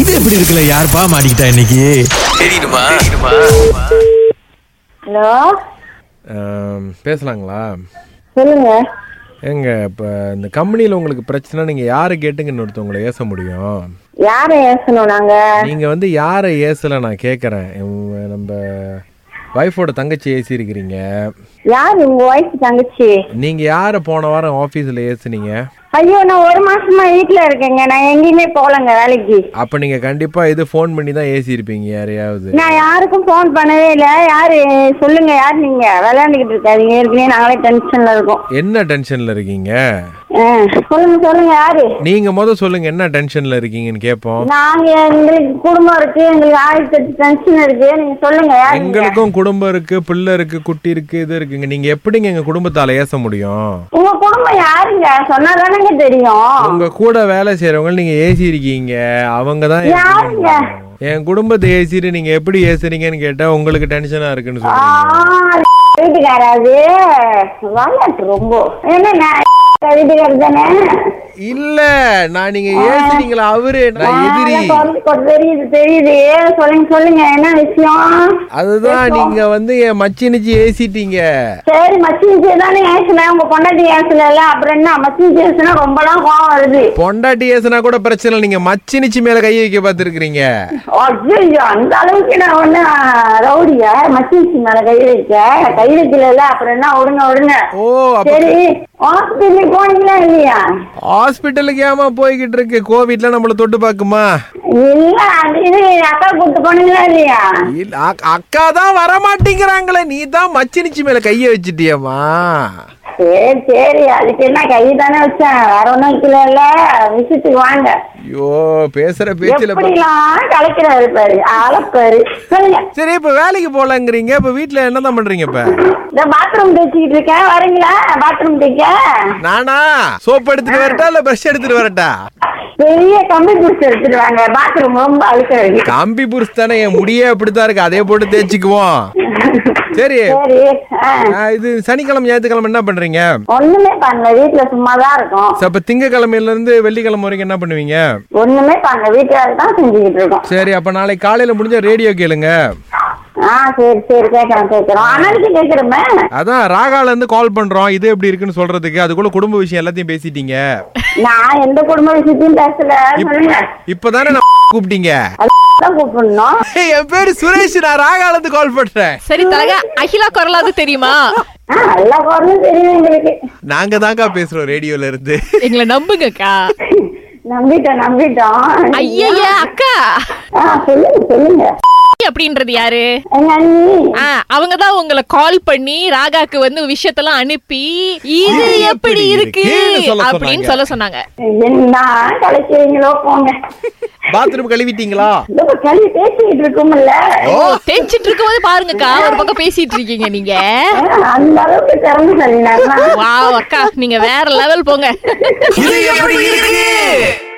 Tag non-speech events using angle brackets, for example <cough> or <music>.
இது எப்படி இருக்குல்ல யாருப்பா மாட்டிக்கிட்டா இன்னைக்கு தெரியுமா ஹலோ ஆம், பேசலாங்களா சொல்லுங்க ஏங்க இப்போ இந்த கம்பெனியில் உங்களுக்கு பிரச்சனை நீங்கள் யாரை கேட்டுங்க இன்னொருத்தவங்களை ஏச முடியும் யார ஏசணும் நாங்க நீங்கள் வந்து யாரை ஏசலை நான் கேட்குறேன் நம்ம ஒய்ஃபோட தங்கச்சி ஏசியிருக்கிறீங்க யார் உங்க ஒய்ஃப் தங்கச்சி நீங்கள் யாரை போன வாரம் ஆஃபீஸில் ஏசுனீங்க ஐயோ நான் ஒரு மாசமா வீட்ல இருக்கேங்க நான் எங்கேயுமே போகலங்க வேலைக்கு அப்போ நீங்கள் கண்டிப்பாக இது ஃபோன் பண்ணி தான் ஏசியிருப்பீங்க யாரையாவது நான் யாருக்கும் ஃபோன் பண்ணவே இல்ல யாரு சொல்லுங்க யார் நீங்க விளையாண்டுகிட்டு இருக்காதீங்க ஏற்கனவே நாங்களே டென்ஷன்ல இருக்கோம் என்ன டென்ஷனில் இருக்கீங்க ஆ, சொல்லுங்க சொல்லுங்க யாரு நீங்கள் முத சொல்லுங்கள் என்ன டென்ஷனில் இருக்கீங்கன்னு கேட்போம் நாங்க எங்களுக்கு குடும்பம் இருக்கு எங்களுக்கு ஆயிரத்தி எட்டு டென்ஷன் இருக்கு நீங்க சொல்லுங்க யாரு நீங்க? எங்களுக்கும் குடும்பம் இருக்கு பிள்ளை இருக்கு குட்டி இருக்கு இது இருக்குங்க நீங்க எப்படிங்க எங்க குடும்பத்தால ஏச முடியும் உங்க குடும்பம் யாருங்க சொன்னாதானங்க தெரியும் உங்க கூட வேலை செய்யறவங்க நீங்க ஏசி இருக்கீங்க அவங்க தான் யாருங்க? என் குடும்பத்தை ஏசிட்டு நீங்க எப்படி ஏசுறீங்கன்னு கேட்டா உங்களுக்கு டென்ஷனா இருக்குன்னு ஆ, சொல்றீங்க வீட்டுக்காராது விளையாட்டு ரொம்ப என்ன நான் வீட்டுக்காரர் தானே இல்ல நான் நீங்க ஏசுறீங்களா அவரு நான் எதிரி ஆ, குரல் கொ- தெரியுது தெரியுது சொல்லுங்க சொல்லுங்க என்ன விஷயம் அதுதான் நீங்க வந்து என் மச்சினிச்சு ஏசிட்டீங்க சரி மச்சினிச்சு தானே ஏசுனேன் உங்க பொண்டாட்டி ஏசுனல அப்புறம் என்ன மச்சினிச்சு ஏசுனா ரொம்பலாம் கோவம் வருது பொண்டாட்டி ஏசுனா கூட பிரச்சனை இல்லை நீங்க மச்சினிச்சு மேல கை வைக்க பாத்துருக்கீங்க ஐயோ அந்த அளவுக்கு நான் ஒண்ணு ரவுடியா மச்சினிச்சு மேல கை வைக்க கை வைக்கல அப்புறம் என்ன ஒடுங்க ஒடுங்க ஓ அப்ப சரி ஹாஸ்பிட்டலுக்கு போனீங்களா இல்லையா ஹாஸ்பிட்டலுக்கு ஏமா போய்கிட்டு இருக்கு கோவிட்ல நம்மள தொட்டு பாக்குமா இல்ல அது இது அக்கா கூட்டு போனீங்களா இல்லையா இல்ல, அக்- அக்கா தான் வர மாட்டேங்கிறாங்களே நீ தான் மச்சினிச்சு மேல கைய வச்சிட்டியம்மா சரி சரி அதுக்கு என்ன கை தானே வச்சேன் வேற ஒண்ணும் வைக்கல இல்ல விசிட்டுக்கு வாங்க ஐயோ பேசுற பேச்சுல பா- எப்படிலாம் கலைக்கிறாரு பாரு அளப்பாரு சொல்லுங்க சரி இப்ப வேலைக்கு போலங்கிறீங்க இப்ப வீட்ல என்னதான் பண்றீங்க இப்ப இந்த பாத்ரூம் தேய்ச்சிக்கிட்டு இருக்கேன் வரீங்களா பாத்ரூம் தேய்க்க நானா சோப் எடுத்துட்டு வரட்டா இல்ல பிரஷ் எடுத்துட்டு வரட்டா பெரிய கம்பி பிடிச்சி எடுத்துட்டு வாங்க பாத்ரூம் ரொம்ப அழுக்க இருக்கு கம்பி புருஷ் தானே என் முடியே அப்படித்தான் இருக்கு அதே போட்டு தேய்ச்சிக்குவோம் சரி சரி ஆ. ஆ, இது சனிக்கிழமை ஞாயிற்றுக்கிழமை என்ன பண்றீங்க ஒண்ணுமே பண்ணல வீட்டுல சும்மாதான் இருக்கும் சரி, அப்ப திங்கக்கிழமையில இருந்து வெள்ளிக்கிழமை வரைக்கும் என்ன பண்ணுவீங்க ஒண்ணுமே பண்ணல வீட்டுல தான் செஞ்சுக்கிட்டு இருக்கோம் சரி அப்ப நாளைக்கு காலையில முடிஞ்ச ரேடியோ கேளுங்க ஆ சரி சரி கேட்கறோம் கேட்கறோம் அண்ணனுக்கு கேட்கறோமே அதான் ராகால இருந்து கால் பண்றோம் இது எப்படி இருக்குன்னு சொல்றதுக்கு அதுக்குள்ள குடும்ப விஷயம் எல்லாத்தையும் பேசிட்டீங்க நான் எந்த குடும்ப விஷயத்தையும் பேசல சொல்லுங்க இப்பதானே நான் கூப்பிட்டீங்க தான் கூப்பிடணும் ஏய், என் பேரு சுரேஷ் நான் ராகால இருந்து கால் பண்றேன் சரி தலக அகிலா குரலாவது தெரியுமா ஆ எல்லா குரலும் தெரியும் எங்களுக்கு நாங்க தாங்க பேசுறோம் ரேடியோல இருந்து எங்களை நம்புங்கக்கா நம்பிட்டோம் நம்பிட்டோம் ஐயய்ய அக்கா ஆ சொல்லுங்க சொல்லுங்க அப்படின்றது யாரு எங்க அண்ணி ஆ, அவங்கதான் உங்களை கால் பண்ணி ராகாக்கு வந்து விஷயத்தெல்லாம் அனுப்பி இது எப்படி இருக்கு இருக்குன்னு சொல்ல சொன்னாங்க. அப்படின்னு சொல்ல சொன்னாங்க என்ன கலைக்கிறீங்களோ போங்க <laughs> பாத்ரூம் கழுவிட்டீங்களா இதோ கல்வி பேசிக்கிட்டு இருக்கும்ல ஓ. தெரிஞ்சிட்டு இருக்கும்போது பாருங்கக்கா ஒரு பக்கம் பேசிட்டு இருக்கீங்க நீங்க ஆ, அந்த அளவுக்கு திறந்து சொல்லினாருன்னா வாவ் அக்கா நீங்க வேற லெவல் போங்க இது எப்படி இருக்கு